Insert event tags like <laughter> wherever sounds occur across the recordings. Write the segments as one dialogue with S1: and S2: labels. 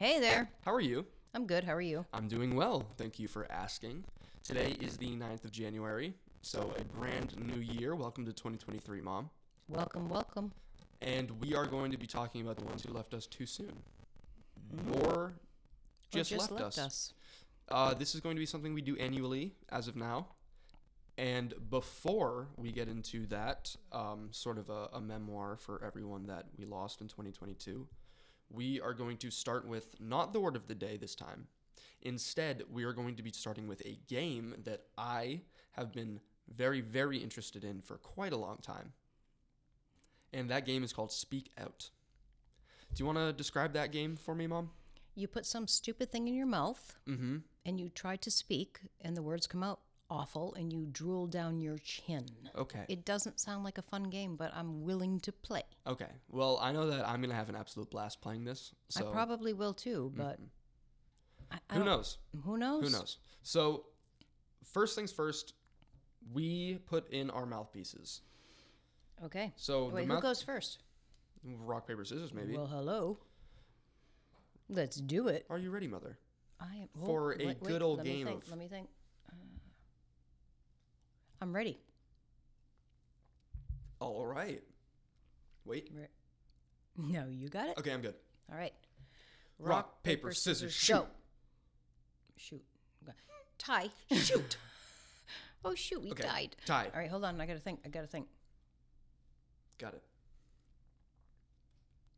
S1: How are you?
S2: I'm good. How are you?
S1: I'm doing well. Thank you for asking. Today is the 9th of January, so a brand new year. Welcome to 2023, Mom.
S2: Welcome, welcome.
S1: And we are going to be talking about the ones who left us too soon Mm-hmm. or
S2: Or
S1: just, left, us. Uh, this is going to be something we do annually as of now. And before we get into that, um, sort of a, a memoir for everyone that we lost in 2022, we are going to start with not the word of the day this time. Instead, we are going to be starting with a game that I have been very, very interested in for quite a long time. And that game is called Speak Out. Do you want to describe that game for me, Mom?
S2: You put some stupid thing in your mouth
S1: Mm hmm.
S2: and you try to speak, and the words come out awful, and you drool down your chin.
S1: Okay.
S2: It doesn't sound like a fun game, but I'm willing to play.
S1: Okay. Well, I know that I'm gonna have an absolute blast playing this. So mm-hmm.
S2: I probably will too, but I, I
S1: who
S2: don't-
S1: knows?
S2: Who knows?
S1: Who knows? So first things first, we put in our mouthpieces.
S2: Okay.
S1: So
S2: Wait,
S1: the
S2: who
S1: mouth
S2: goes first?
S1: rock paper scissors maybe.
S2: Well, hello. Let's do it.
S1: Are you ready, mother?
S2: I am, oh,
S1: For a
S2: wait, wait,
S1: good old
S2: let me
S1: game
S2: think,
S1: of-
S2: Let me think. Uh, I'm ready.
S1: All right. Wait.
S2: Re- No, you got it.
S1: Okay, I'm good.
S2: All right.
S1: Rock, paper, scissors,
S2: go. Shoot. Go. Tie.
S1: <laughs>
S2: Shoot. oh shoot, we
S1: Okay.
S2: died.
S1: Tie.
S2: All right, hold on. I gotta think. I gotta think.
S1: Got it.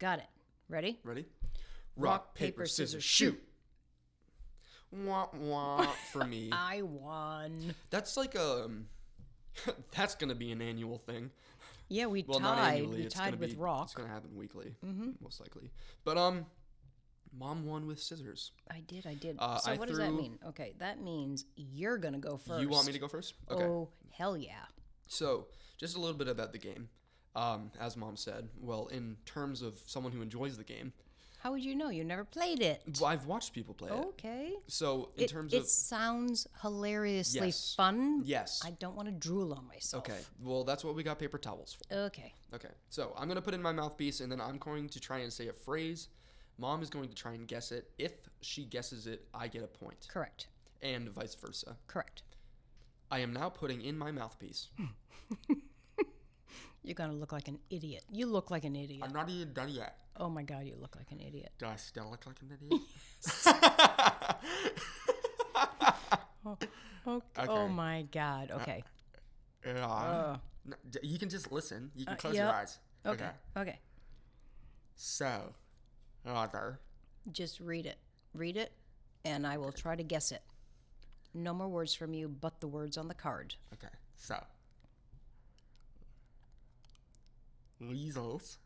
S2: Got it. Ready?
S1: Ready?
S2: Rock, paper, scissors, shoot.
S1: Wah
S2: <laughs>
S1: wah for me. <laughs>
S2: I won.
S1: That's like a. <laughs> that's gonna be an annual thing.
S2: Yeah, we
S1: Well, not
S2: tied.
S1: annually.
S2: We
S1: it's gonna
S2: tied with
S1: be,
S2: rock. Mm-hmm.
S1: It's gonna happen weekly, most likely. But um, mom won with scissors.
S2: I did. I did.
S1: Uh,
S2: so
S1: I
S2: what does that
S1: threw-
S2: mean? Okay, that means you're gonna go first.
S1: You want me to go first? Okay.
S2: Oh hell yeah!
S1: So just a little bit about the game. Um, as mom said, well, in terms of someone who enjoys the game,
S2: How would you know? You never played it.
S1: well, I've watched people play it.
S2: Okay.
S1: So in
S2: Oh. it,
S1: terms
S2: it
S1: of
S2: sounds hilariously
S1: Yes.
S2: fun.
S1: yes,
S2: I don't want to drool on myself.
S1: okay. Well, that's what we got paper towels for.
S2: Okay.
S1: Okay, so I'm gonna put in my mouthpiece, and then I'm going to try and say a phrase. Mom is going to try and guess it. If she guesses it, I get a point,
S2: Correct.
S1: and vice versa.
S2: Correct.
S1: I am now putting in my mouthpiece.
S2: Hmm. You're gonna look like an idiot. You look like an idiot.
S1: I'm not even done yet.
S2: oh my god, you look like an idiot.
S1: Do I still look like an
S2: <laughs>
S1: idiot?
S2: Okay. Oh my god. Okay.
S1: Yeah.
S2: Uh.
S1: No, d- you can just listen. You can close
S2: yeah.
S1: your eyes.
S2: okay. okay.
S1: So, mother,
S2: Just read it. Read it, and I will try to guess it. No more words from you, but the words on the card.
S1: Okay. So, Weasels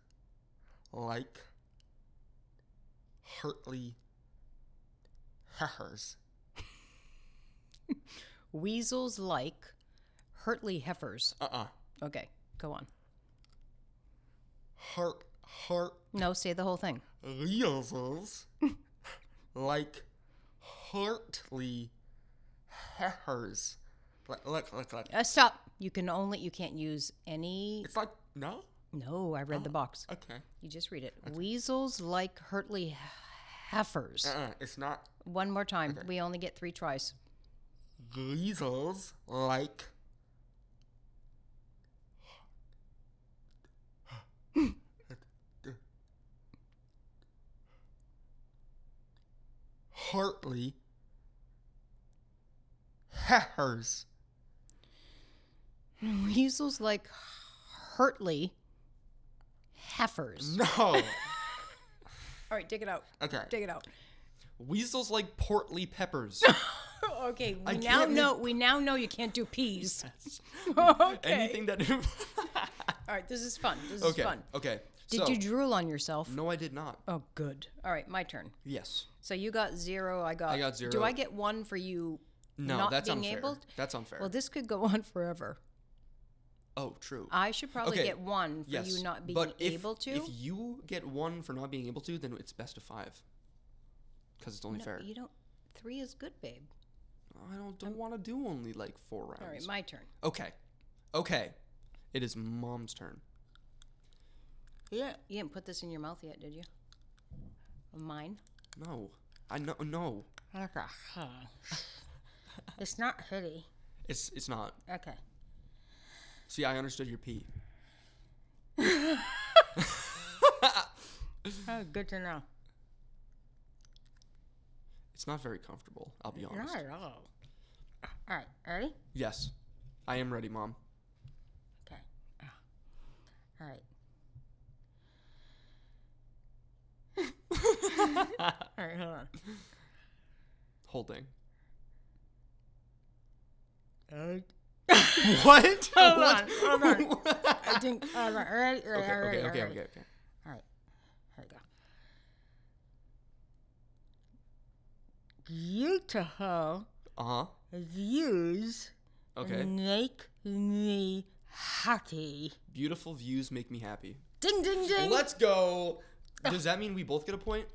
S1: like Hartley Heifers.
S2: Weasels like Hertley heifers.
S1: Uh uh.
S2: Okay. Go on.
S1: Hart, heart
S2: No, say the whole thing.
S1: weasels like Hartley Heifers. Look, look, look, look.
S2: Uh, stop. You can only. You can't use any.
S1: It's like, no?
S2: No, I read the box.
S1: Okay.
S2: You just read it. Weasels like Hertley heifers.
S1: Uh-uh. It's not
S2: One more time. We only get three tries.
S1: weasels like Hartley Heifers.
S2: Weasels like Hertley heifers.
S1: No.
S2: All right, take it out.
S1: Okay.
S2: Take it out.
S1: Weasels like portly peppers.
S2: <laughs> okay, we
S1: I
S2: now
S1: can't
S2: know. We now know you can't
S1: <laughs>
S2: do peas. <laughs> <laughs> okay.
S1: Anything that.
S2: All right, this is fun.
S1: <laughs>
S2: This
S1: okay.
S2: is fun.
S1: Okay.
S2: Did
S1: so,
S2: you drool on yourself?
S1: No, I did not.
S2: Oh, good. All right, my turn.
S1: Yes.
S2: So you got zero. I got.
S1: I got
S2: Do
S1: zero.
S2: I get one for you?
S1: No,
S2: not
S1: that's
S2: being
S1: unfair.
S2: able.
S1: That's unfair.
S2: Well, this could go <laughs> on forever.
S1: oh, true.
S2: I should probably
S1: Okay.
S2: get one for
S1: yes.
S2: you not being
S1: but if,
S2: able to.
S1: If you get one for not being able to, then it's best of five. Because it's only
S2: No,
S1: fair.
S2: You don't. Three is good, babe.
S1: I don't, don't want to do only like four rounds.
S2: All right, my turn.
S1: okay. Okay. It is mom's turn.
S2: Yeah. You didn't put this in your mouth yet, did you? Oh, Mine.
S1: No. I know. No,
S2: it's not hoodie.
S1: it's it's not.
S2: Okay.
S1: See, I understood your P.
S2: Oh, good to know.
S1: It's not very comfortable. I'll be honest.
S2: Not at all. All right, ready?
S1: Yes, I am ready, Mom.
S2: Okay. Ah. All right. <laughs> all right,
S1: <laughs>
S2: hold on. <laughs>
S1: Holding.
S2: hold
S1: What?
S2: on,
S1: <laughs>
S2: hold on. I think. All right, all right, all right,
S1: okay,
S2: all right,
S1: okay, okay,
S2: all right.
S1: okay, okay.
S2: All right, here we go. Utah
S1: Uh huh.
S2: views
S1: Okay.
S2: Mm. make me happy.
S1: Beautiful views make me happy.
S2: Ding, ding, ding.
S1: Let's go. Does that mean we both get a point?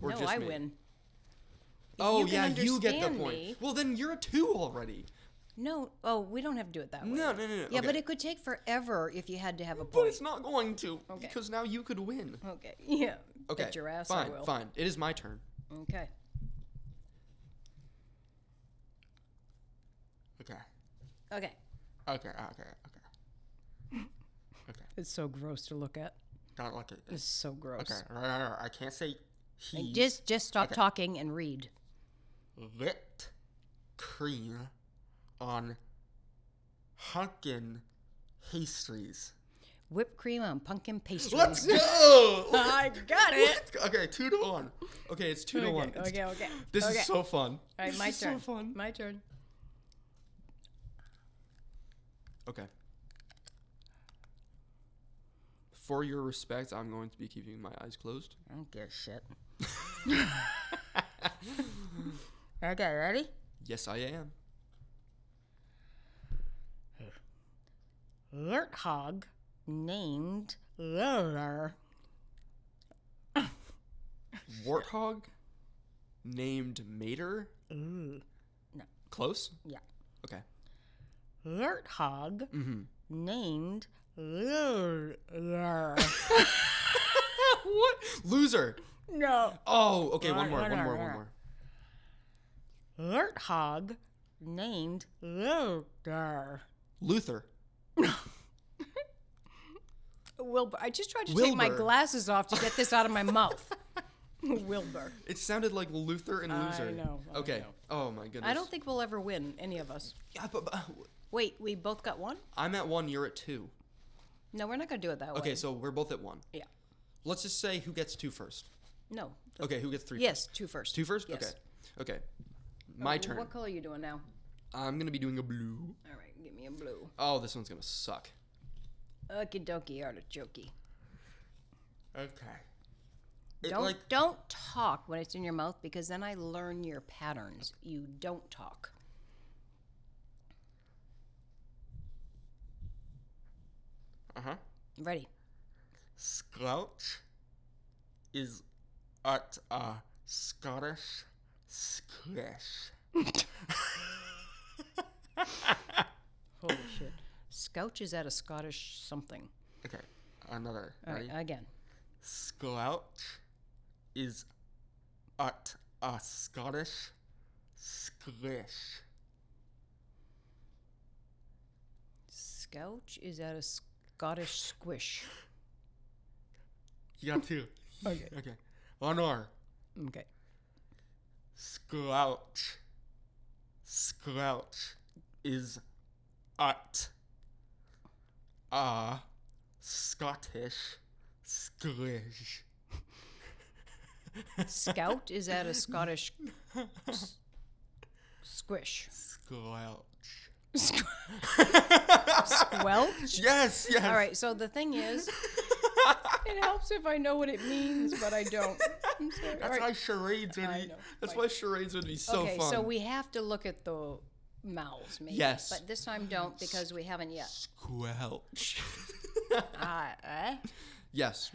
S1: Or
S2: no,
S1: just
S2: I
S1: me?
S2: win.
S1: Oh
S2: you
S1: yeah,
S2: can
S1: you get the
S2: understand
S1: point.
S2: me-
S1: Well, then you're a two already.
S2: No, oh, we don't have to do it that way.
S1: No, no, no, no.
S2: Yeah, but
S1: okay.
S2: it could take forever if you had to have a
S1: But
S2: point.
S1: it's not going to
S2: Okay.
S1: because now you could win.
S2: Okay. Yeah.
S1: Okay.
S2: Bet your ass
S1: fine,
S2: I will.
S1: fine. It is my turn.
S2: Okay.
S1: Okay.
S2: Okay.
S1: Okay. Okay.
S2: <laughs>
S1: Okay. Okay.
S2: It's so gross to look at.
S1: Not like it.
S2: It's so gross.
S1: Okay. No, no, no, I can't say he.
S2: Just just stop talking and read.
S1: Lit cream on hunkin pastries.
S2: Whipped cream on pumpkin pastry. <laughs>
S1: Let's go.
S2: I got it.
S1: okay, two to one. Okay, it's two to one. It's-
S2: Okay. Okay.
S1: This
S2: okay.
S1: is so fun.
S2: All right,
S1: this
S2: my
S1: is
S2: turn.
S1: so fun.
S2: My turn.
S1: Okay. For your respect, I'm going to be keeping my eyes closed.
S2: I don't give a shit. <laughs> okay. Ready?
S1: Yes, I am.
S2: Warthog named Lola.
S1: Warthog named Mater.
S2: Ooh.
S1: Close?
S2: Yeah.
S1: Okay.
S2: Warthog
S1: Mm-hmm.
S2: named Lola.
S1: what? Loser.
S2: <laughs> no.
S1: Oh, okay, one
S2: Alright,
S1: more, one
S2: alright,
S1: more, one
S2: alright.
S1: more.
S2: Warthog named Luther.
S1: Luther.
S2: Wilbur. I just tried to take my
S1: Wilbur.
S2: glasses off to get this out of my mouth. <laughs> Wilbur.
S1: It sounded like Luther and
S2: I
S1: loser.
S2: know, I
S1: okay.
S2: know.
S1: Oh my goodness.
S2: I don't think we'll ever win, any of us.
S1: Yeah, but, but
S2: Wait, we both got one?
S1: I'm at one. You're at two.
S2: No, we're not going to do it that way.
S1: Okay, so we're both at one.
S2: Yeah.
S1: Let's just say who gets two first.
S2: No.
S1: Okay, who gets three?
S2: Yes, two first.
S1: Two first?
S2: Yes. Oh,
S1: Okay. Okay. My turn.
S2: What color are you doing now?
S1: I'm gonna be doing a blue.
S2: All right, give me a blue.
S1: Oh, this one's gonna suck.
S2: Okie dokie artichokey.
S1: Okay. It,
S2: Don't
S1: like
S2: don't talk when it's in your mouth because then I learn your patterns. You don't talk.
S1: uh huh.
S2: Ready?
S1: Squelch is at a Scottish squish.
S2: Holy shit. Scouch is at a Scottish something.
S1: Okay, another.
S2: All
S1: Ready?
S2: right, again.
S1: Squelch is at a Scottish squish.
S2: Scouch is at a Scottish squish.
S1: You got
S2: <laughs>
S1: two. okay. Okay. One more.
S2: Okay.
S1: Squelch. Squelch is at a Scottish squish.
S2: Scout is at a <laughs> Scottish s- squish. <laughs>
S1: Squelch.
S2: Squelch?
S1: <laughs> Yes, yes. <laughs>
S2: All right, so the thing is, it helps if I know what it means, but I don't. I'm sorry. All
S1: That's
S2: right.
S1: why charades would
S2: I
S1: be.
S2: know.
S1: That's
S2: Like-
S1: why charades would be so
S2: okay,
S1: fun.
S2: so we have to look at the mouths, maybe.
S1: Yes.
S2: But this time don't because we haven't yet. <laughs>
S1: Squelch.
S2: Ah,
S1: uh?
S2: eh?
S1: yes,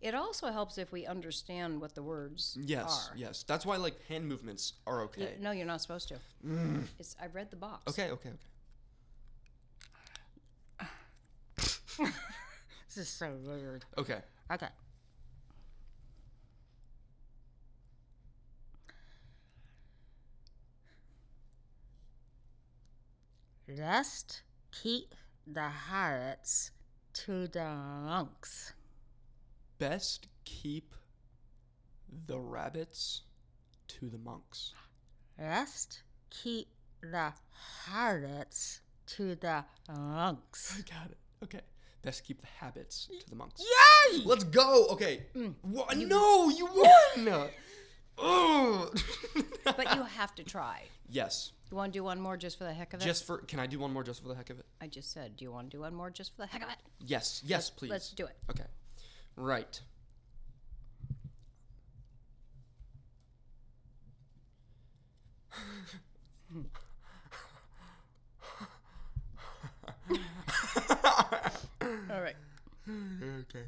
S2: It also helps if we understand what the words
S1: yes,
S2: are.
S1: yes. That's why like hand movements are
S2: You-
S1: okay.
S2: No, you're not supposed to. It's, I read the box.
S1: Mm. Okay, okay, okay.
S2: This is so weird.
S1: Okay.
S2: Okay.
S3: Let's keep the hearts to the lungs.
S1: Best keep the rabbits to the monks.
S3: Let's keep the hearts to the lungs.
S1: Got it. Okay. Best keep the habits to the monks.
S3: Yay!
S1: Let's go. Okay.
S2: Mm.
S1: Wha- no,
S2: <laughs>
S1: you won. oh.
S2: But you have to try.
S1: <laughs> yes.
S2: You want to do one more just for the heck of it?
S1: Just for can I do one more just for the heck of it?
S2: I just said, do you want to do one more just for the heck of it?
S1: Yes. Yes, please.
S2: Let's do it.
S1: Okay. Right.
S2: All right.
S1: Okay.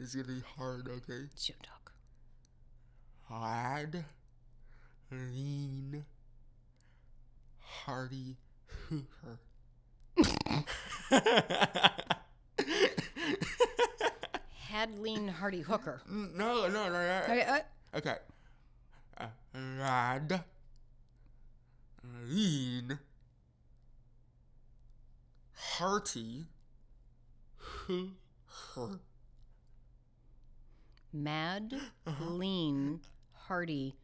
S1: It's gonna be hard, okay?
S2: Shoot, dog.
S1: Hard, lean, hearty hooper.
S2: Hadleen Hardy Hooker.
S1: <laughs> no, no, no, no.
S2: Okay, uh,
S1: Okay. Uh, rad. Lean. Hearty. Hoo. Her.
S2: mad,
S1: Uh-huh.
S2: lean, hardy,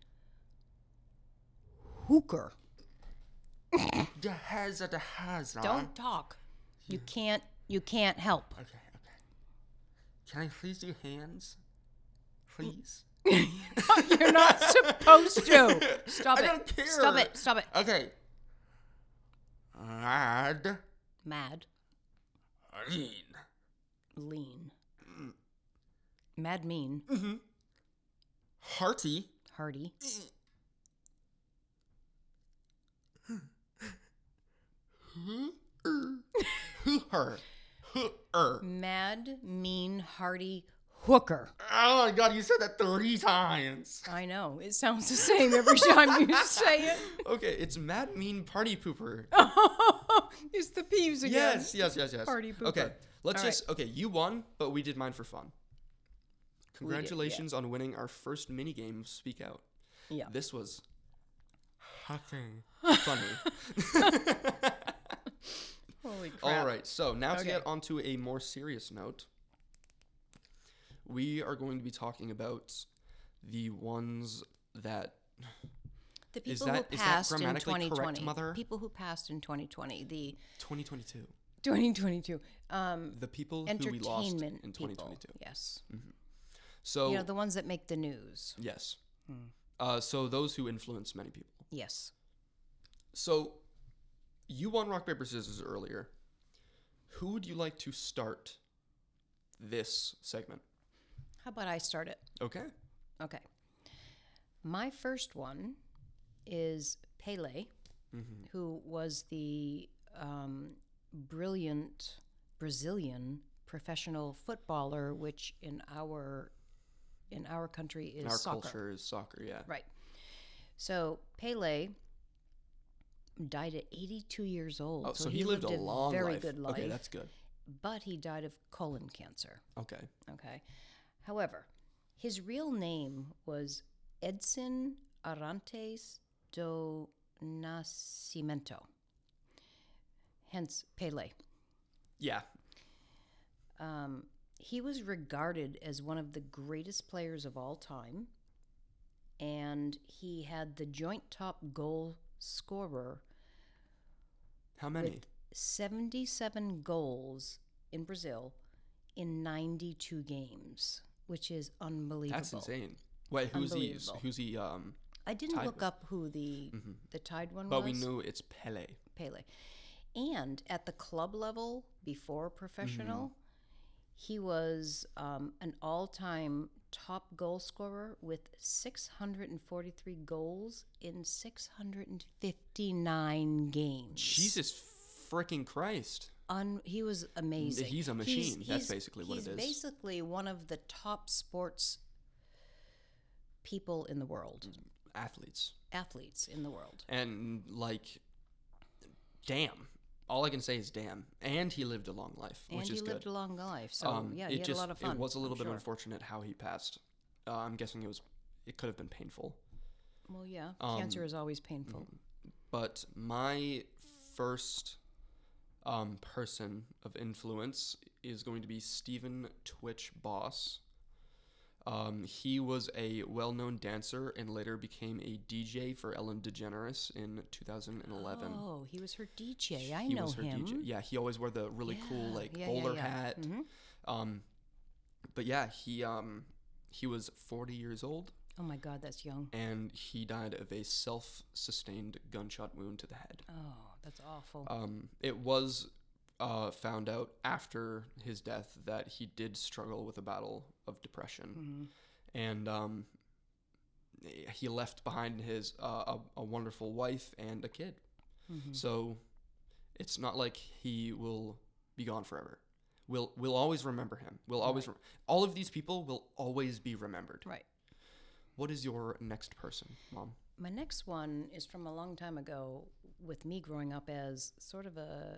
S2: hooker.
S1: The has a the has a.
S2: Don't talk. You can't. You
S1: <laughs>
S2: can't help.
S1: Okay, okay. Can I please do hands? Please?
S2: <laughs> You're not supposed
S1: <laughs>
S2: to. Stop
S1: I
S2: it.
S1: don't care.
S2: Stop it. Stop it.
S1: Okay. Rad.
S2: Mad,
S1: Lean.
S2: lean, mad, mean,
S1: Hearty.
S2: hardy,
S1: er. Hoo her. Hoo er.
S2: mad, mean, hardy, hooker.
S1: Oh my god, you said that three times.
S2: I know. It sounds the same every
S1: <laughs>
S2: time you say it. <laughs>
S1: Okay, it's Mad Mean Party Pooper.
S2: it's the peeves again.
S1: yes, yes, yes, yes.
S2: Party Pooper.
S1: Okay, let's
S2: All right.
S1: just. Okay, you won, but we did mine for fun.
S2: We did, yeah.
S1: Congratulations on winning our first minigame of Speak Out.
S2: Yeah.
S1: This was fucking
S2: <laughs>
S1: funny.
S2: Holy crap.
S1: All right, so now to
S2: Okay.
S1: get onto a more serious note, we are going to be talking about the ones that
S2: The
S1: Is
S2: people
S1: that-
S2: who
S1: is that
S2: passed in
S1: grammatically correct,
S2: 2020.
S1: Mother?
S2: People who passed in 2020. The
S1: 2022,
S2: 2022. Um,
S1: the people who we
S2: entertainment
S1: lost in Oh.
S2: people.
S1: 2022.
S2: Yes.
S1: So
S2: You know, the ones that make the Hmm. news.
S1: Yes. Uh, so those who influence many people.
S2: Yes.
S1: So you won rock paper scissors earlier. Who would you like to start this segment?
S2: How about I start it?
S1: Okay.
S2: Okay. My first one is Pele,
S1: Mm-hmm.
S2: who was the um, brilliant Brazilian professional footballer, which in our in our country
S1: In
S2: is
S1: Our
S2: soccer.
S1: culture is soccer. Yeah.
S2: Right. So Pele died at 82 years old.
S1: Oh, so, he, lived, a long
S2: very
S1: life.
S2: good life,
S1: Okay, that's good.
S2: but he died of colon cancer.
S1: Okay.
S2: Okay. However, his real name was Edson Arantes do Nascimento, hence Pele.
S1: Yeah.
S2: Um, he was regarded as one of the greatest players of all time, and he had the joint top goal scorer
S1: How many?
S2: with 77 goals in Brazil in 92 games, which is unbelievable.
S1: that's insane. Wait, who's he?
S2: Unbelievable.
S1: Who's he? Um,
S2: I didn't
S1: Tied
S2: look
S1: with- Mm-hmm.
S2: up who the the tied one
S1: but we
S2: was.
S1: know it's Pele.
S2: Pele. And at the club level, before professional,
S1: Mm-hmm.
S2: he was um, an all time top goal scorer with 643 goals in 659 games.
S1: Jesus freaking Christ!
S2: Un- he was amazing.
S1: He's a machine. That's basically what it
S2: he's
S1: is.
S2: basically one of the top sports people in the world,
S1: Mm. Athletes.
S2: athletes in the world.
S1: and like damn all i can say is damn and he lived a long life
S2: and
S1: which
S2: he
S1: is
S2: lived
S1: good Um,
S2: a long life. So yeah, he
S1: it
S2: had
S1: just
S2: a lot of fun.
S1: it was a little
S2: I'm
S1: bit
S2: sure.
S1: unfortunate how he passed uh, i'm guessing it was it could have been painful
S2: Well, yeah,
S1: Um,
S2: cancer is always painful.
S1: but my first um, person of influence is going to be Stephen Twitch Boss. Um, he was a well known dancer and later became a DJ for Ellen DeGeneres in 2011.
S2: Oh, he was her DJ. I
S1: he
S2: know
S1: was her
S2: him.
S1: DJ. Yeah, he always wore the really cool
S2: Yeah,
S1: like
S2: yeah, yeah,
S1: bowler
S2: yeah.
S1: hat.
S2: Mhm.
S1: Um, but yeah, he um, he was 40 years old
S2: Oh my God, that's young.
S1: and he died of a self-sustained gunshot wound to the head.
S2: Oh, that's awful.
S1: Um, it was uh, found out after his death that he did struggle with a battle of depression,
S2: Mhm.
S1: and um, he left behind his uh, a, a wonderful wife and a kid.
S2: Mhm.
S1: So it's not like he will be gone forever. We'll we'll always remember him. We'll always rem- all of these people will always be remembered.
S2: Right.
S1: What is your next person, Mom?
S2: My next one is from a long time ago with me growing up as sort of a,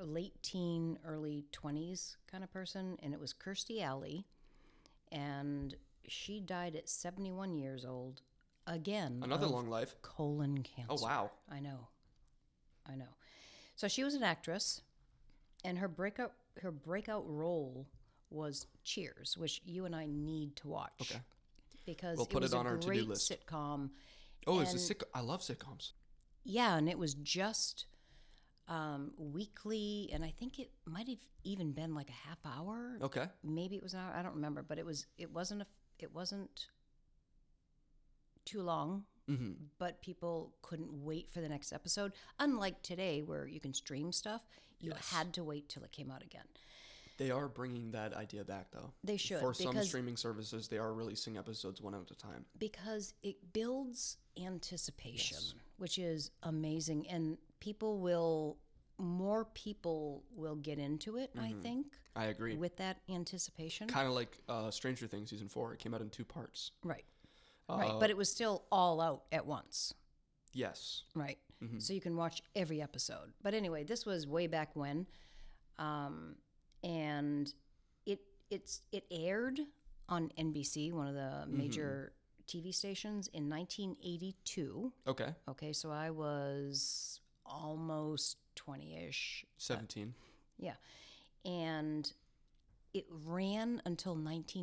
S2: a late teen, early 20s kind of person, and it was Kirstie Alley. And she died at 71 years old again.
S1: Another
S2: of
S1: long life.
S2: colon cancer.
S1: Oh wow.
S2: I know. I know. So she was an actress and her breakout her breakout role was Cheers, which you and I need to watch.
S1: Okay.
S2: Because
S1: We'll put
S2: it was
S1: it on
S2: a
S1: our to-do
S2: great
S1: list.
S2: sitcom.
S1: Oh, it's a
S2: And-
S1: sick. I love sitcoms.
S2: Yeah, and it was just um, weekly, and I think it might have even been like a half hour.
S1: Okay.
S2: Maybe it was an hour. I don't remember, but it was. It wasn't a. It wasn't too long,
S1: hmm
S2: but people couldn't wait for the next episode. Unlike today, where you can stream stuff, you
S1: Yes.
S2: had to wait till it came out again.
S1: They are bringing that idea back though.
S2: They should
S1: For some
S2: because
S1: streaming services, they are releasing episodes one at a time.
S2: because it builds anticipation,
S1: Yes.
S2: which is amazing, and people will more people will get into it.
S1: Mm-hmm.
S2: I think
S1: I agree.
S2: with that anticipation,
S1: Kind of like uh, Stranger Things season four. It came out in two parts.
S2: right? right, but
S1: Uh,
S2: it was still all out at once,
S1: yes.
S2: right?
S1: Mhm.
S2: So you can watch every episode. But anyway, this was way back when, um, and it it's it aired on NBC, one of the
S1: Mm-hmm.
S2: major TV stations, in 1982.
S1: Okay.
S2: Okay, so I was almost 20 ish.
S1: Seventeen.
S2: Yeah. And it ran until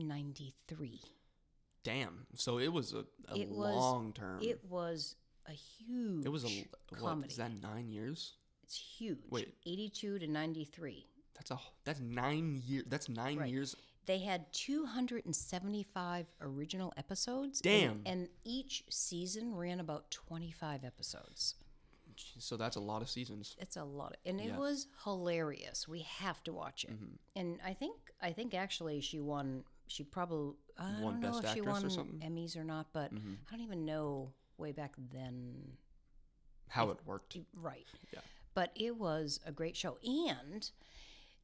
S2: 1993.
S1: Damn. So it was a, a
S2: It was-
S1: long term.
S2: It was a huge
S1: It was a l- what
S2: comedy.
S1: is that nine years?
S2: It's huge.
S1: Wait.
S2: 82 to 93.
S1: That's a wh- that's nine year. That's nine
S2: Right.
S1: years.
S2: They had 275 original episodes.
S1: Damn.
S2: and- and each season ran about 25 episodes.
S1: Jeez, So that's a lot of seasons.
S2: it's a lot of, and it
S1: Yeah. Mm-hmm.
S2: was hilarious we have to watch it and i think i think actually she won she probably i
S1: Won
S2: don't know
S1: Best
S2: if she
S1: Actress or
S2: won
S1: something? Mm-hmm.
S2: emmys or not but i don't even know way back then
S1: How it worked.
S2: right
S1: Yeah.
S2: but it was a great show and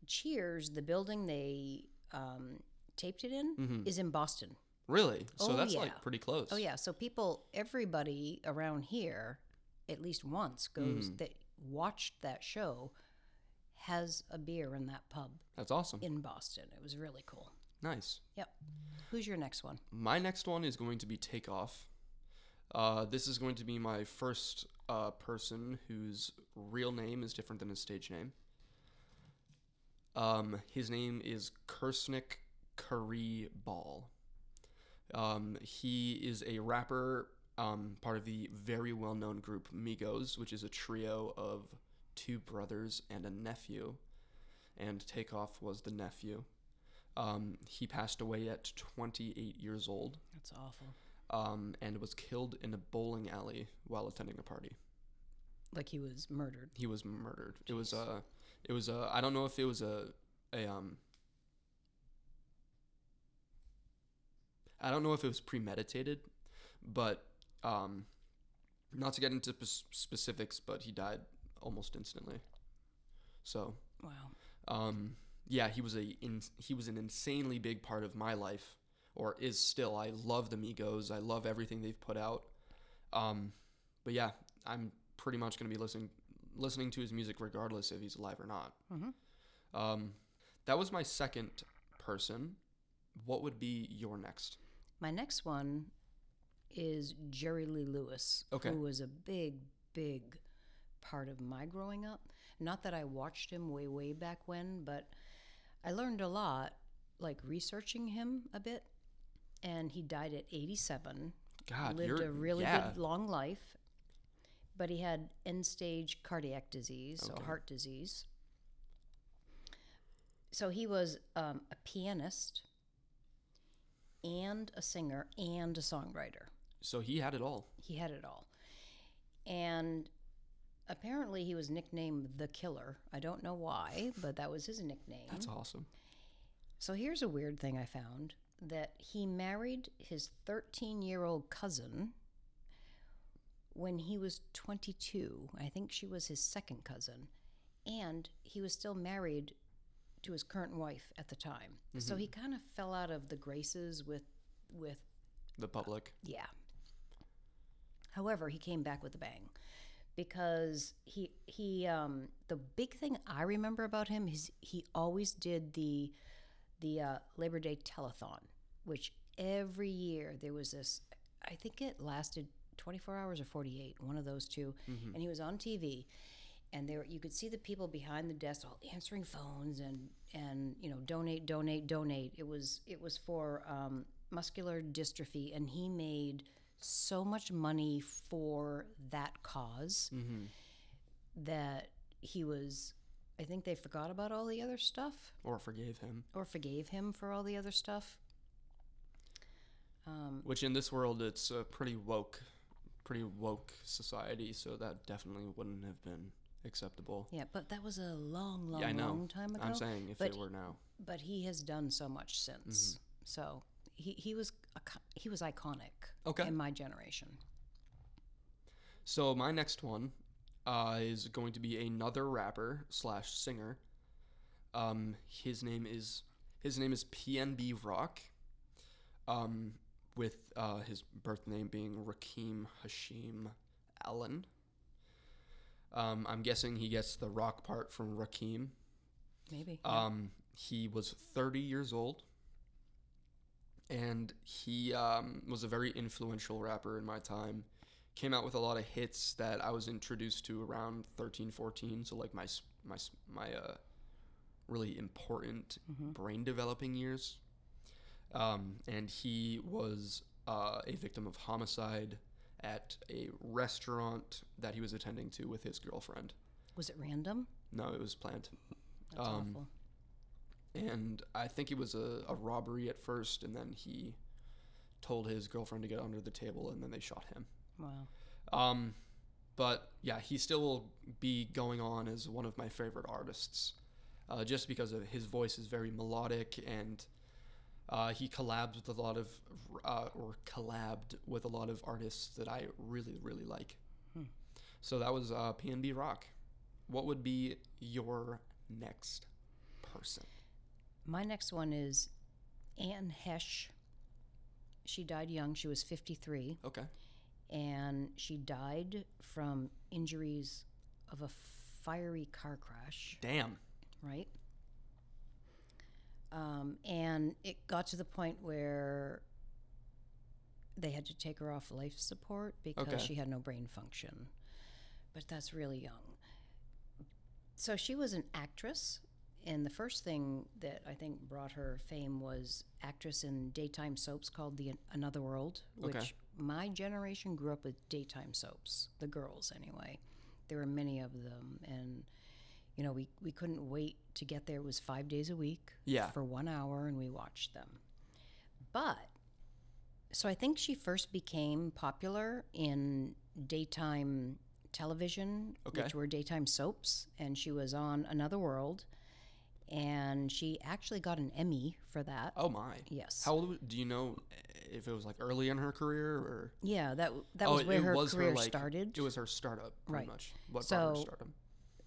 S2: cheers the building they um, taped it in
S1: Mhm.
S2: is in boston
S1: Really? So
S2: Oh,
S1: that's
S2: yeah.
S1: like pretty close.
S2: oh yeah so people everybody around here at least once goes that watched that show has a beer in that pub
S1: That's awesome.
S2: in Boston. It was really cool.
S1: Nice.
S2: Yep. Who's your next one?
S1: My next one is going to be Takeoff. Uh, this is going to be my first uh, person whose real name is different than his stage name. Um, his name is Kersnick Curry Ball. Um, he is a rapper, um, part of the very well known group Migos, which is a trio of two brothers and a nephew. And Takeoff was the nephew. Um, he passed away at 28 years old
S2: That's awful.
S1: um, and was killed in a bowling alley while attending a party.
S2: Like he was murdered.
S1: He was murdered. It was a, it was a. I don't know if it was a, a um. I don't know if it was premeditated, but um, not to get into pes- specifics, but he died almost instantly. So
S2: Wow.
S1: um, yeah, he was a in, he was an insanely big part of my life, or is still. I love the Migos. I love everything they've put out. Um, but yeah, I'm pretty much gonna be listening listening to his music regardless if he's alive or not.
S2: Mhm.
S1: Um, that was my second person. What would be your next?
S2: My next one is Jerry Lee Lewis,
S1: Okay.
S2: who was a big, big part of my growing up. Not that I watched him way, way back when, but I learned a lot, like researching him a bit. And he died at 87,
S1: God,
S2: lived
S1: you're
S2: a really
S1: yeah.
S2: good long life, but he had end stage cardiac disease, so
S1: Okay.
S2: heart disease. So he was um, a pianist and a singer and a songwriter.
S1: So he had it all.
S2: He had it all. And apparently he was nicknamed the killer. I don't know why, but that was his nickname.
S1: That's awesome.
S2: So here's a weird thing I found that he married his 13 year old cousin when he was 22. I think she was his second cousin. And he was still married to his current wife at the time. So he kind of fell out of the graces with, with
S1: The public.
S2: yeah. However, he came back with a bang because he he um the big thing I remember about him is he always did the the uh, Labor Day telethon, which every year there was this I think it lasted 24 hours or 48, one of those 2 and he was on TV and there you could see the people behind the desk all answering phones and and you know donate donate donate it was it was for um, muscular dystrophy and he made so much money for that because
S1: Mm-hmm.
S2: that he was i think they forgot about all the other stuff
S1: Or forgave him,
S2: or forgave him for all the other stuff um,
S1: which in this world it's a pretty woke, pretty woke society. So that definitely wouldn't have been acceptable.
S2: yeah but that was a long long
S1: Yeah, I know.
S2: long time ago
S1: I'm saying if
S2: but
S1: they were now,
S2: but he has done so much
S1: Mm-hmm.
S2: since. So he, he was a, he was iconic
S1: Okay.
S2: in my generation.
S1: So my next one uh, is going to be another rapper slash singer. Um, his name is his name is PNB Rock, um, with uh, his birth name being Rakim Hashim Allen. Um, I'm guessing he gets the rock part from Rakim.
S2: Maybe.
S1: Um, he was 30 years old, and he um, was a very influential rapper in my time. Came out with a lot of hits that I was introduced to around 13, 14. So like my s- my s- my uh, really important brain developing years. Um, and he was uh, a victim of homicide at a restaurant that he was attending to with his girlfriend.
S2: was it random?
S1: No, it was planned
S2: That's
S1: um,
S2: awful.
S1: and I think it was a, a robbery at first, and then he told his girlfriend to get under the table, and then they shot him.
S2: Wow.
S1: Um, but yeah, he still will be going on as one of my favorite artists, uh, just because of his voice is very melodic and uh, he collabs with a lot of uh, or collabed with a lot of artists that I really really like. So that was uh, PNB Rock. What would be your next person?
S2: My next one is Anne Hesh. She died young. She was 53,
S1: Okay.
S2: and she died from injuries of a fiery car crash.
S1: Damn.
S2: right? Um, and it got to the point where they had to take her off life support because
S1: Okay.
S2: she had no brain function. But that's really young. So she was an actress, and the first thing that I think brought her fame was actress in daytime soaps called The Another World, which
S1: Okay.
S2: my generation grew up with daytime soaps, the girls anyway. There were many of them, and you know, we, we couldn't wait to get there. It was five days a week
S1: Yeah.
S2: for one hour, and we watched them. But so I think she first became popular in daytime television,
S1: Okay.
S2: which were daytime soaps, and she was on Another World, and she actually got an Emmy for that.
S1: Oh my.
S2: Yes.
S1: How old was- do you know eh, if it was like early in her career or
S2: yeah, that that
S1: oh,
S2: was
S1: it-
S2: where
S1: it
S2: her
S1: was
S2: career
S1: like,
S2: started.
S1: It was her startup, pretty
S2: Right.
S1: much. What brought her to
S2: So-
S1: stardom?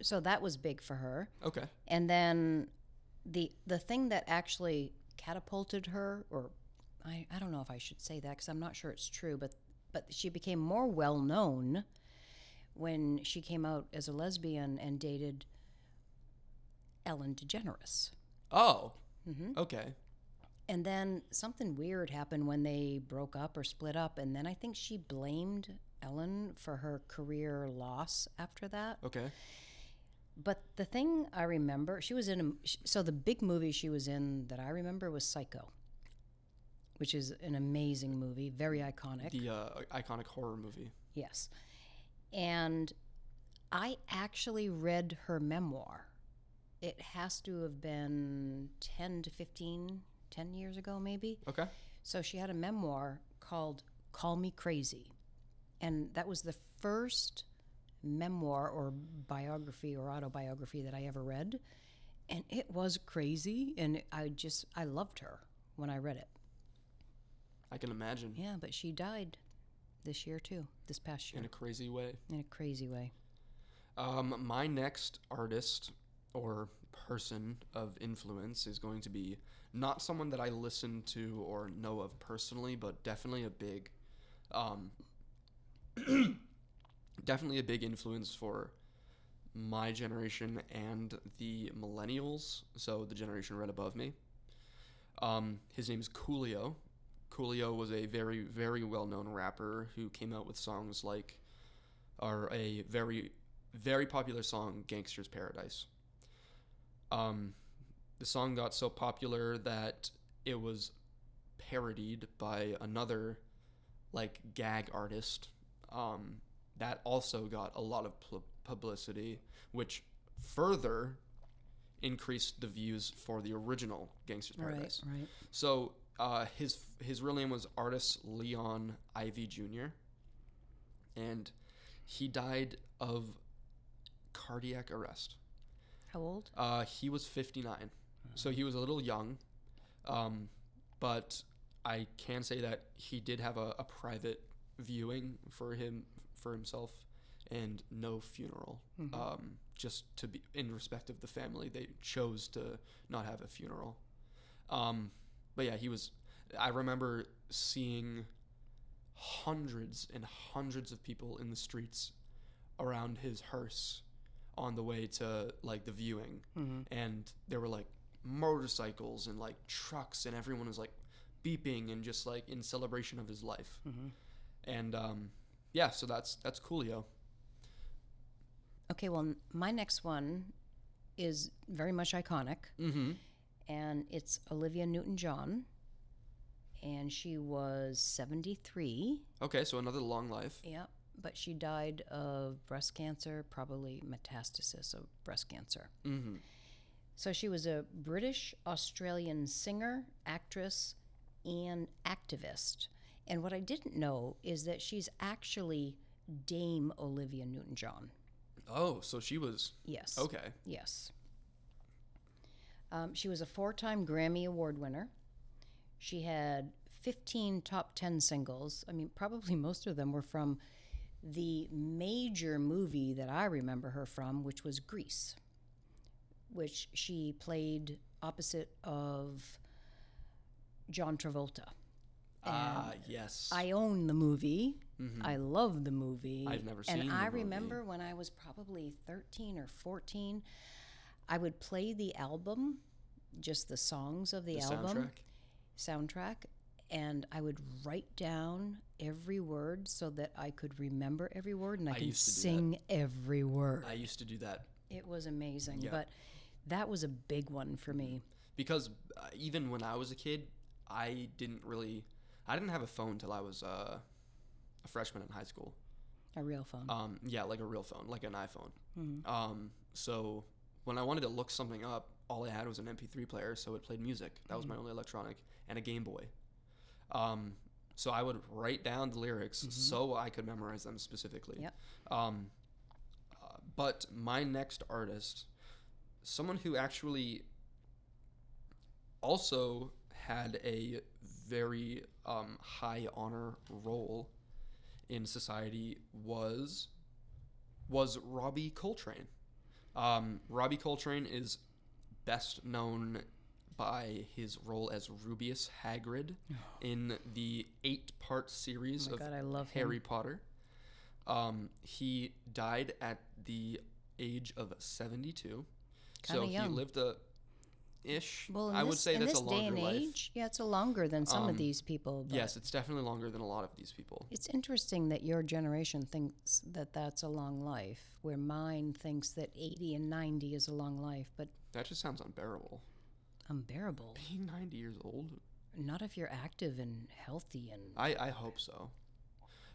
S2: so that was big for her.
S1: Okay.
S2: And then the the thing that actually catapulted her, or I, I don't know if I should say that because I'm not sure it's true, but but she became more well known when she came out as a lesbian and dated Ellen DeGeneres.
S1: Oh.
S2: hmm
S1: Okay.
S2: And then something weird happened when they broke up or split up, and then I think she blamed Ellen for her career loss after that.
S1: Okay.
S2: But the thing I remember, she was in a, sh- so the big movie she was in that I remember was Psycho, which is an amazing movie, very iconic.
S1: The uh, iconic horror movie.
S2: Yes. And I actually read her memoir. It has to have been 10 to 15, 10 years ago, maybe.
S1: Okay.
S2: So she had a memoir called Call Me Crazy. And that was the first memoir or biography or autobiography that I ever read. And it was crazy. And I just, I loved her when I read it.
S1: I can imagine
S2: Yeah, but she died this year too, this past year,
S1: in a crazy way.
S2: in a crazy way.
S1: Um, my next artist or person of influence is going to be not someone that I listen to or know of personally, but definitely a big, um, <clears throat> definitely a big influence for my generation and the millennials. So the generation right above me. Um, his name is Coolio. Coolio was a very, very well-known rapper who came out with songs like, or a very very popular song, Gangster's Paradise. Um, the song got so popular that it was parodied by another, like, gag artist. Um, that also got a lot of pl- publicity, which further increased the views for the original Gangster's Paradise.
S2: Right, right.
S1: So uh, his his real name was artist Leon Ivy Jr. And he died of cardiac arrest.
S2: How old?
S1: Uh, he was 59, so he was a little young, um, but I can say that he did have a, a private viewing for him for himself, and no funeral. Um, just to be in respect of the family, they chose to not have a funeral. Um, but yeah, he was. I remember seeing hundreds and hundreds of people in the streets around his hearse on the way to like the viewing
S2: Mm-hmm.
S1: and there were like motorcycles and like trucks and everyone was like beeping and just like in celebration of his life
S2: Mm-hmm.
S1: and um yeah so that's that's coolio
S2: Okay, well, n- my next one is very much iconic,
S1: mm-hmm
S2: and it's Olivia Newton John. And she was 73.
S1: okay so another long life
S2: Yeah. But she died of breast cancer, probably metastasis of breast cancer.
S1: mm-hmm
S2: So she was a British Australian singer, actress, and activist. And what I didn't know is that she's actually Dame Olivia Newton John.
S1: oh so she was
S2: Yes.
S1: okay
S2: Yes. Um, she was a four time Grammy Award winner. She had 15 top 10 singles. I mean, probably most of them were from the major movie that I remember her from, which was Grease, which she played opposite of John Travolta.
S1: ah yes
S2: I own the movie. I love the movie.
S1: Mm-hmm. I've never
S2: and
S1: seen the
S2: I
S1: movie.
S2: remember when I was probably 13 or 14, I would play the album, just the songs of the,
S1: the
S2: album
S1: soundtrack
S2: soundtrack. and I would write down every word so that I could remember every word and I,
S1: I
S2: could
S1: used to do that.
S2: sing every word.
S1: i used to do that
S2: it was amazing,
S1: Yeah.
S2: but that was a big one for me.
S1: because uh, even when I was a kid, I didn't really, I didn't have a phone till I was uh, a freshman in high school.
S2: A real phone. Mm-hmm.
S1: Um, yeah, like a real phone, like an iPhone. Um, so when I wanted to look something up, all I had was an MP3 player, so it played music. That
S2: Mm-hmm.
S1: was my only electronic, and a Game Boy. Um, so I would write down the lyrics so I could memorize them specifically.
S2: Mm-hmm. Yep.
S1: Um, uh, but my next artist, someone who actually also had a very um, high honor role in society was was Robbie Coltrane. Um, Robbie Coltrane is best known by his role as Rubius
S2: <sighs>
S1: Hagrid in the eight-part series
S2: Oh my
S1: of
S2: God, I love him.
S1: Harry Potter. Um, he died at the age of seventy-two, so
S2: Kinda
S1: he
S2: young.
S1: lived a ish.
S2: Well, in
S1: I would
S2: this-
S1: say
S2: in
S1: that's
S2: this
S1: a longer
S2: day and
S1: life.
S2: age, yeah, it's a longer than some
S1: Um,
S2: of these people. But
S1: Yes, it's definitely longer than a lot of these people.
S2: It's interesting that your generation thinks that that's a long life, where mine thinks that 80 and 90 is a long life, but
S1: That just sounds unbearable. <laughs>
S2: unbearable.
S1: Being 90 years old?
S2: Not if you're active and healthy and
S1: I, I hope so.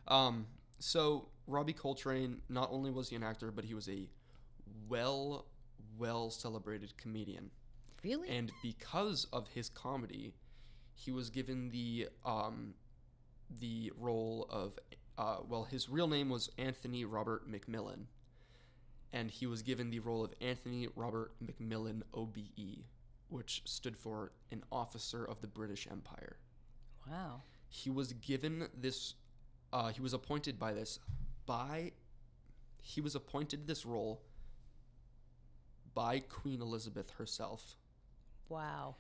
S1: Um, so, Robbie Coltrane, not only was he an actor, but he was a well, well celebrated comedian.
S2: really
S1: And because of his comedy, he was given the um, the role of uh, well, his real name was Anthony Robert McMillan, and he was given the role of Anthony Robert McMillan OBE, which stood for an officer of the British Empire.
S2: wow.
S1: He was given this. Uh, he was appointed by this by. He was appointed this role by Queen Elizabeth herself
S2: Wow.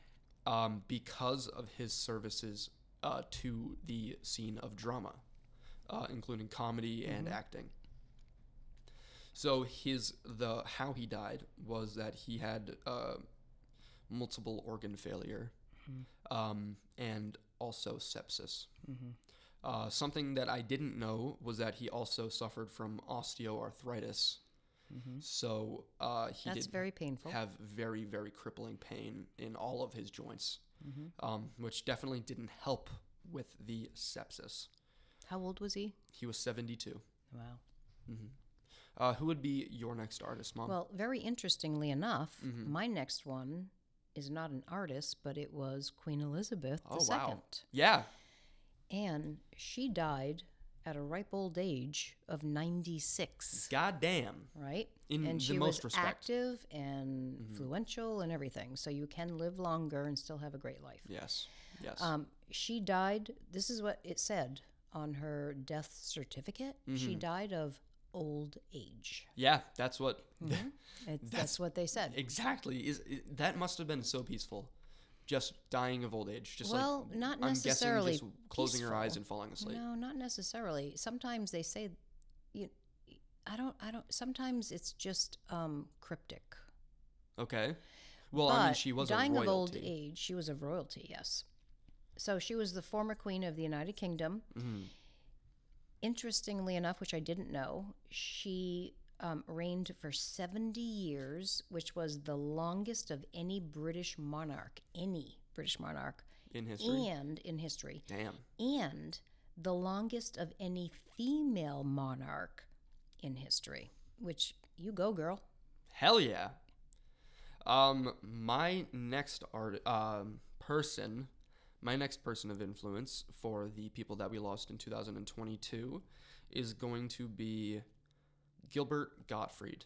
S1: um, because of his services uh, to the scene of drama, uh, including comedy and acting. So his the how he died was that he had uh, multiple organ failure, um, and also sepsis. Uh, something that I didn't know was that he also suffered from osteoarthritis. So uh, he
S2: That's
S1: did
S2: very painful.
S1: have very very crippling pain in all of his joints
S2: Mm-hmm.
S1: um, which definitely didn't help with the sepsis
S2: How old was he?
S1: he was 72
S2: Wow.
S1: uh, who would be your next artist mom
S2: Well, very interestingly enough,
S1: Mm-hmm.
S2: my next one is not an artist, but it was Queen Elizabeth
S1: oh
S2: II.
S1: wow yeah
S2: And she died at a ripe old age of 96.
S1: god damn
S2: right?
S1: In
S2: and
S1: Mm, the
S2: she
S1: most
S2: was
S1: respect. Mm-hmm.
S2: active and influential and everything. So you can live longer and still have a great life.
S1: yes yes
S2: Um, she died. This is what it said on her death certificate. She
S1: Mm-hmm.
S2: died of old age.
S1: yeah that's
S2: <laughs>
S1: what
S2: It, that's, what they said.
S1: <laughs> exactly is it, that must have been so peaceful just dying of old age just
S2: Well,
S1: like
S2: not
S1: i'm guessing
S2: necessarily
S1: just closing your eyes
S2: peaceful.
S1: and falling asleep
S2: No, not necessarily. Sometimes they say, you, I don't, I don't. Sometimes it's just um, cryptic.
S1: okay well i mean she was
S2: dying
S1: a royalty.
S2: of old age. She was of royalty, yes. So she was the former queen of the United Kingdom.
S1: Mhm.
S2: Interestingly enough, which I didn't know, she um, reigned for 70 years, which was the longest of any British monarch, any British monarch,
S1: in history
S2: and in history,
S1: damn
S2: and the longest of any female monarch in history, which you go, girl.
S1: Hell yeah. Um, my next art, um, person, my next person of influence for the people that we lost in 2022 is going to be Gilbert Gottfried.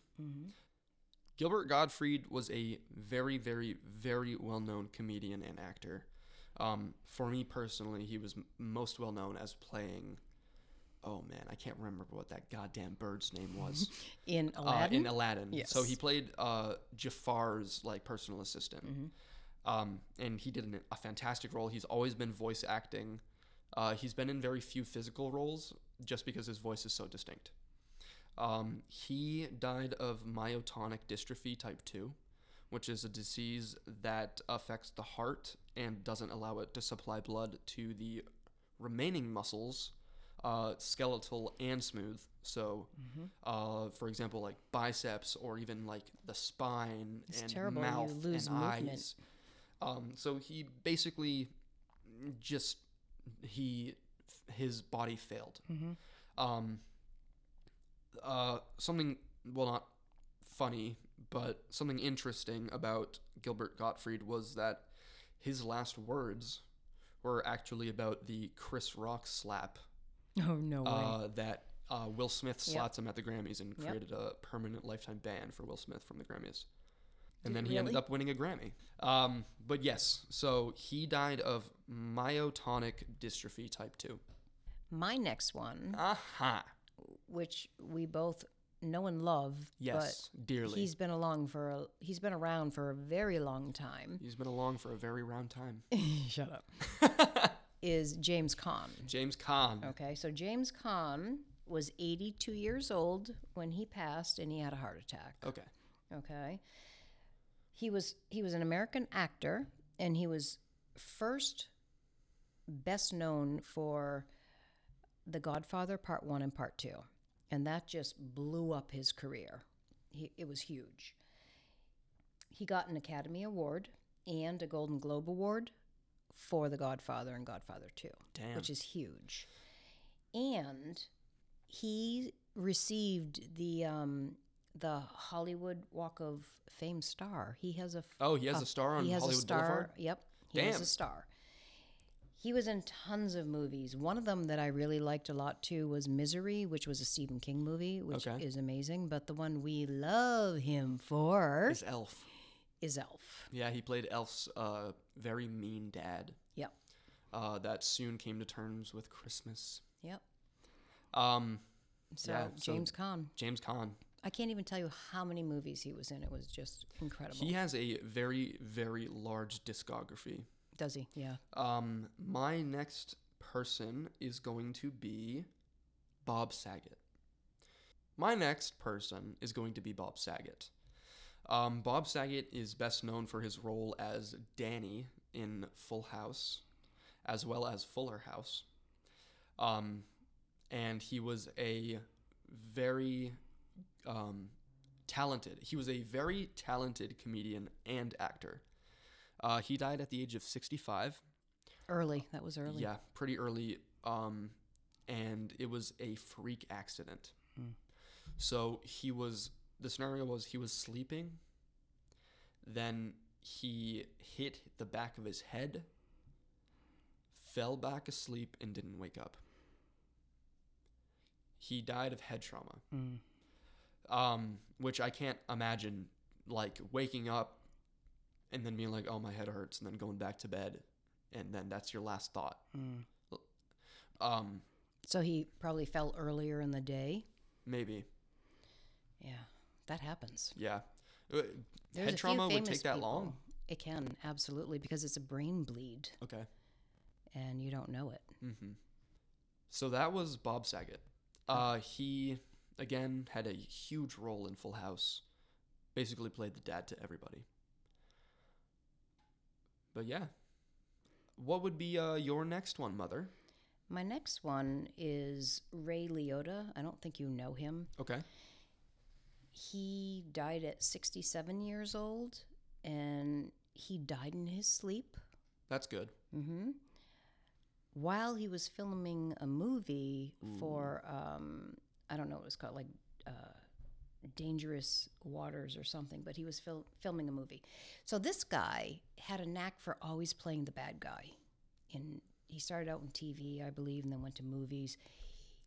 S1: Gilbert Gottfried was a very, very, very well known comedian and actor. Um, for me personally, he was m- most well known as playing. Oh man, I can't remember what that goddamn bird's name was.
S2: In
S1: Uh,
S2: Aladdin,
S1: in Aladdin. So he
S2: Yes.
S1: played uh, Jafar's like personal assistant,
S2: Mm-hmm.
S1: um, and he did an, a fantastic role. He's always been voice acting. Uh, he's been in very few physical roles just because his voice is so distinct. Um, he died of myotonic dystrophy type two, which is a disease that affects the heart and doesn't allow it to supply blood to the remaining muscles, uh, skeletal and smooth. So,
S2: Mm-hmm.
S1: uh, for example, like biceps or even like the spine
S2: It's
S1: and
S2: terrible. You
S1: mouth
S2: lose
S1: and
S2: movement.
S1: eyes. Um, so he basically just he his body failed.
S2: Mm-hmm.
S1: Um, uh, something well not funny, but something interesting about Gilbert Gottfried was that his last words were actually about the Chris Rock slap
S2: <laughs> oh no way.
S1: uh, that uh, Will Smith
S2: Yep.
S1: slapped him at the Grammys and
S2: Yep.
S1: created a permanent lifetime ban for Will Smith from the Grammys. And then
S2: Did-
S1: he ended
S2: really?
S1: up winning a Grammy. Um, but yes, so he died of myotonic dystrophy type 2.
S2: My next one.
S1: Aha.
S2: which we both know and love.
S1: Yes,
S2: but
S1: dearly.
S2: he's been along for a, he's been around for a very long time.
S1: he's been along for a very round time.
S2: <laughs> Shut up. Is James Caan.
S1: James Caan.
S2: Okay, so James Caan was 82 years old when he passed, and he had a heart attack.
S1: Okay.
S2: Okay, He was he was an American actor, and he was first best known for The Godfather Part One and Part Two, and that just blew up his career. He, it was huge. He got an Academy Award and a Golden Globe Award for The Godfather and Godfather Two,
S1: Damn.
S2: which is huge. And he received the um, the Hollywood Walk of Fame star. He has a f-
S1: Oh, he has a star on
S2: Uh, he has
S1: Hollywood
S2: a star.
S1: Boulevard?
S2: Yep, he has
S1: Damn.
S2: a star. He was in tons of movies. One of them that I really liked a lot too was Misery, which was a Stephen King movie, which
S1: Okay.
S2: is amazing. But the one we love him for
S1: It's Elf.
S2: is Elf.
S1: Yeah, he played Elf's uh, very mean dad
S2: Yep,
S1: uh, that soon came to terms with Christmas.
S2: yep.
S1: Um,
S2: So
S1: Yeah, so-
S2: James Caan.
S1: James Caan.
S2: I can't even tell you how many movies he was in. It was just incredible.
S1: He has a very, very large discography.
S2: Does he? Yeah.
S1: Um, my next person is going to be Bob Saget. My next person is going to be Bob Saget. Um, Bob Saget is best known for his role as Danny in Full House, as well as Fuller House. Um, and he was a very um, talented. He was a very talented comedian and actor. Uh, he died at the age of 65
S2: Early. That was early.
S1: yeah, pretty early. Um, and it was a freak accident. So he was, the scenario was he was sleeping. Then he hit the back of his head, fell back asleep, and didn't wake up. He died of head trauma,
S2: Mm.
S1: um, which I can't imagine, like waking up and then being like, oh, my head hurts, and then going back to bed. And then that's your last thought.
S2: mm.
S1: Um,
S2: So he probably fell earlier in the day.
S1: maybe.
S2: Yeah, that happens.
S1: Yeah. Uh,
S2: There's
S1: Head
S2: a few
S1: trauma would
S2: famous
S1: take that
S2: people.
S1: long.
S2: It can absolutely because it's a brain bleed
S1: Okay.
S2: and you don't know it.
S1: Mm-hmm. So that was Bob Saget.
S2: Hmm.
S1: Uh, he again had a huge role in Full House. Basically played the dad to everybody. But yeah. What would be uh, your next one, mother?
S2: My next one is Ray Liotta. I don't think you know him.
S1: Okay.
S2: He died at 67 years old and he died in his sleep.
S1: That's good.
S2: hmm While he was filming a movie for, um, I don't know what it was called, like uh, Dangerous Waters or something, but he was fil- filming a movie. So this guy had a knack for always playing the bad guy. And he started out in TV, I believe, and then went to movies.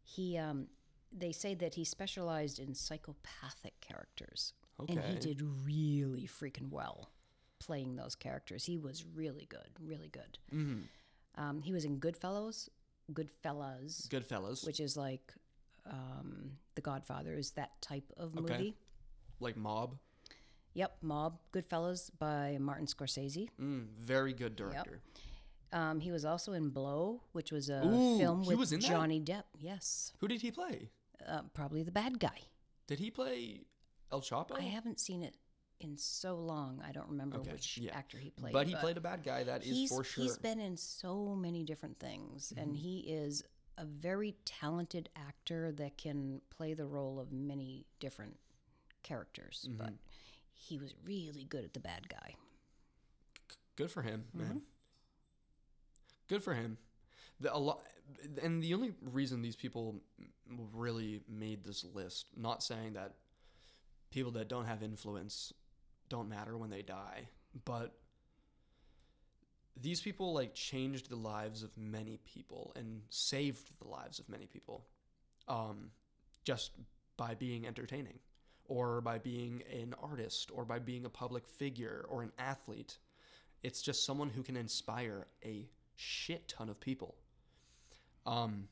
S2: He, um, they say that he specialized in psychopathic characters, and he
S1: Okay.
S2: did really freaking well playing those characters. He was really good, really good.
S1: Mm-hmm.
S2: Um, he was in Goodfellas, Goodfellas,
S1: Goodfellas.
S2: which is like um, The Godfather is that type of movie.
S1: Okay. like Mob.
S2: Yep, Mob, Goodfellas by Martin Scorsese.
S1: Mm, very good director.
S2: Um, he was also in Blow, which was a
S1: Ooh,
S2: film
S1: he
S2: with
S1: was in that?
S2: Johnny Depp. Yes,
S1: Who did he play?
S2: uh, probably the bad guy.
S1: Did he play El Chapo?
S2: I haven't seen it in so long. I don't remember
S1: Oh. Okay,
S2: which
S1: yeah.
S2: actor he played.
S1: but he played a bad guy. That is
S2: he's-
S1: for sure. Mm-hmm.
S2: He's been in so many different things, and he is a very talented actor that can play the role of many different characters.
S1: Mm-hmm.
S2: But he was really good at the bad guy.
S1: Good for him, man. Good for him. The, a lot, and the only reason these people m- really made this list, not saying that people that don't have influence don't matter when they die, but these people like changed the lives of many people and saved the lives of many people um, just by being entertaining or by being an artist or by being a public figure or an athlete it's just someone who can inspire a shit ton of people. Um,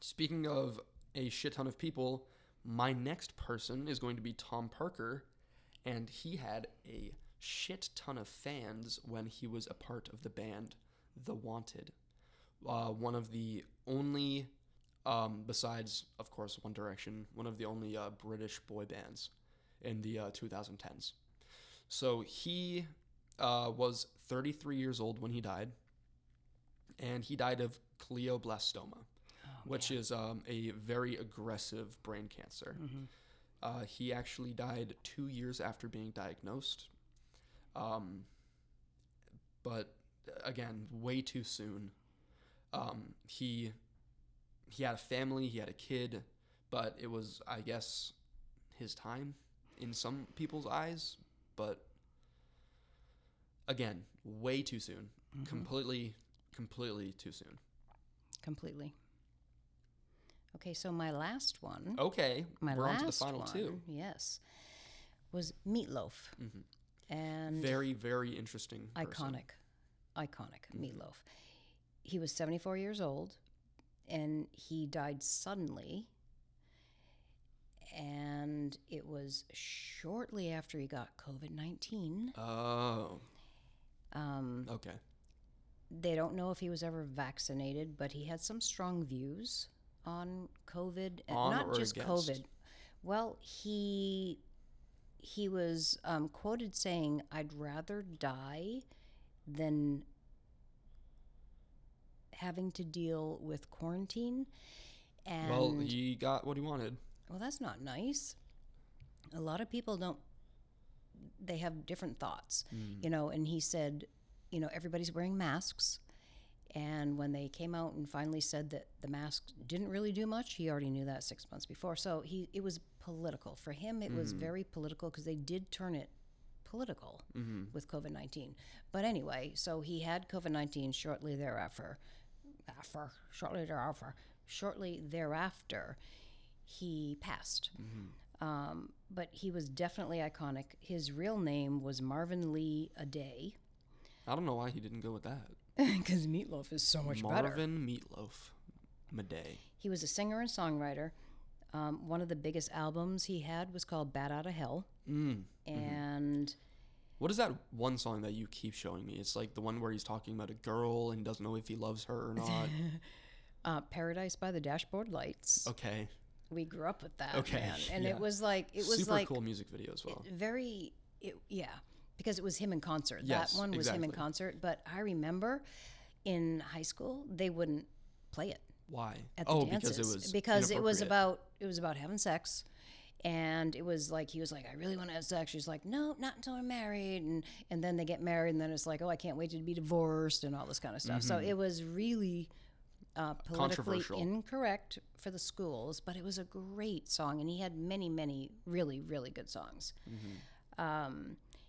S1: speaking of a shit ton of people, my next person is going to be Tom Parker, and he had a shit ton of fans when he was a part of the band The Wanted. Uh, one of the only, um, besides, of course, One Direction, one of the only uh, British boy bands in the uh, 2010s. So he uh, was 33 years old when he died, and he died of glioblastoma, which is um, a very aggressive brain cancer.
S2: Mm-hmm.
S1: Uh, he actually died two years after being diagnosed. Um, but uh, again, way too soon. Um, he he had a family, he had a kid, but it was, I guess, his time in some people's eyes. But again, way too soon.
S2: Mm-hmm.
S1: Completely, completely too soon.
S2: completely. Okay, so my last one.
S1: Okay,
S2: my
S1: Oh, we're on
S2: last
S1: to the final
S2: one,
S1: two. Mm-hmm.
S2: Yes, was meatloaf and
S1: Very, very interesting. person.
S2: iconic, iconic meatloaf. He was seventy-four years old, and he died suddenly. And it was shortly after he got COVID nineteen.
S1: Oh,
S2: Um,
S1: okay.
S2: they don't know if he was ever vaccinated, but he had some strong views on COVID, and
S1: On
S2: not
S1: or
S2: just
S1: against?
S2: COVID. Well, he he was um, quoted saying, "I'd rather die than having to deal with quarantine." And
S1: well, he got what he wanted.
S2: well, that's not nice. A lot of people don't, they have different thoughts, you know. And he said, you know, everybody's wearing masks. And when they came out and finally said that the mask didn't really do much, he already knew that six months before. So he, it was political. For him, it was very political because they did turn it political with COVID 19. But anyway, so he had COVID 19 shortly thereafter. After, shortly thereafter. Shortly thereafter, he passed.
S1: Mm-hmm.
S2: Um, but he was definitely iconic. His real name was Marvin Lee Aday <laughs>
S1: I don't know why he didn't go with that.
S2: because meatloaf is so much better.
S1: Marvin Meatloaf Madej.
S2: He was a singer and songwriter. Um, one of the biggest albums he had was called Bat Out of Hell.
S1: Mm.
S2: And
S1: What is that one song that you keep showing me? It's like the one where he's talking about a girl and doesn't know if he loves her or
S2: <laughs>
S1: not.
S2: uh, Paradise by the Dashboard Lights.
S1: okay.
S2: We grew up with that.
S1: Okay,
S2: Man. And
S1: yeah.
S2: it was like, it was
S1: Super
S2: like
S1: cool music video as well.
S2: very, it, yeah, because it was him in concert.
S1: Yes,
S2: that one was him in
S1: exactly.
S2: concert. But I remember in high school, they wouldn't play it.
S1: Why?
S2: at the
S1: Oh,
S2: dances
S1: because it was
S2: because it was
S1: inappropriate.
S2: about it was about having sex and it was like he was like i really want to have sex she's like no not until i'm married and and then they get married and then it's like oh i can't wait to be divorced and all this kind of stuff so it was really uh, politically
S1: Mm-hmm. Controversial.
S2: incorrect for the schools but it was a great song and he had many many really really good songs
S1: Mm-hmm.
S2: um,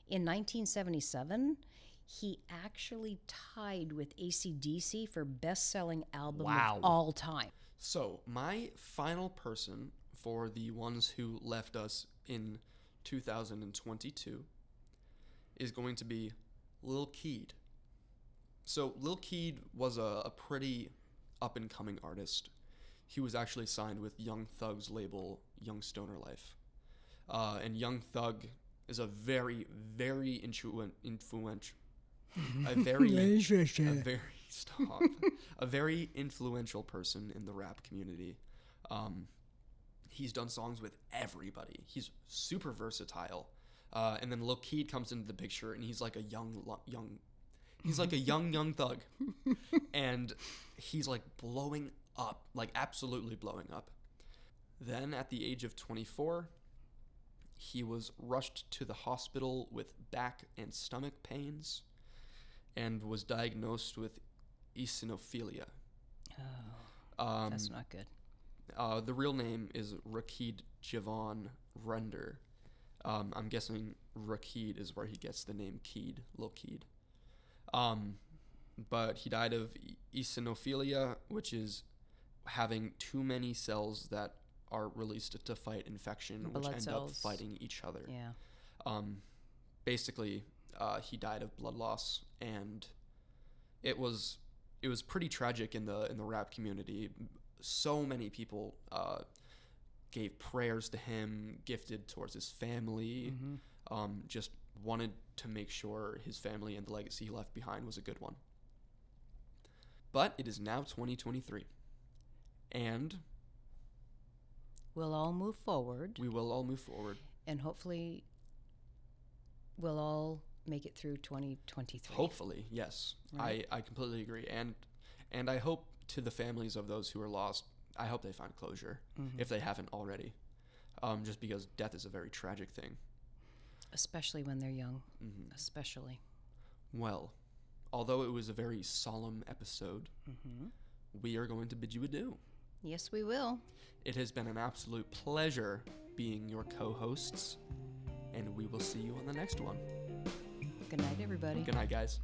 S2: in 1977 he actually tied with acdc for best-selling album
S1: Wow.
S2: of all time
S1: So, my final person for the ones who left us in 2022 is going to be Lil Keed. So, Lil Keed was a, a pretty up and coming artist. He was actually signed with Young Thug's label, Young Stoner Life. Uh, and Young Thug is a very, very influen- influential. A very a very <laughs> stop, a very influential person in the rap community. Um, he's done songs with everybody. He's super versatile. Uh, and then Lil Keed comes into the picture, and he's like a young lo- young, he's like a young young thug, and he's like blowing up, like absolutely blowing up. Then at the age of 24, he was rushed to the hospital with back and stomach pains and was diagnosed with eosinophilia. um,
S2: That's not good.
S1: uh, the real name is Rakid Javon Render. Um, I'm guessing Rakid is where he gets the name Keed, Lil Keed. Um, but he died of e- eosinophilia, which is having too many cells that are released to fight infection, which
S2: Blood
S1: end up
S2: cells.
S1: fighting each other
S2: Yeah.
S1: um, basically uh, he died of blood loss and it was it was pretty tragic in the in the rap community so many people uh, gave prayers to him gifted towards his family um, just wanted to make sure his family and the legacy he left behind was a good one but it is now 2023 and
S2: We'll all move forward
S1: we will all move forward
S2: and hopefully we'll all make it through 2023.
S1: Hopefully, yes.
S2: Right.
S1: I, I completely agree. And and I hope to the families of those who are lost, I hope they find closure if they haven't already. Um, just because death is a very tragic thing.
S2: Especially when they're young.
S1: hmm
S2: Especially.
S1: Well, although it was a very solemn episode,
S2: Mm-hmm.
S1: we are going to bid you adieu.
S2: Yes, we will.
S1: It has been an absolute pleasure being your co hosts, and we will see you on the next one.
S2: Good night, everybody.
S1: Good night, guys.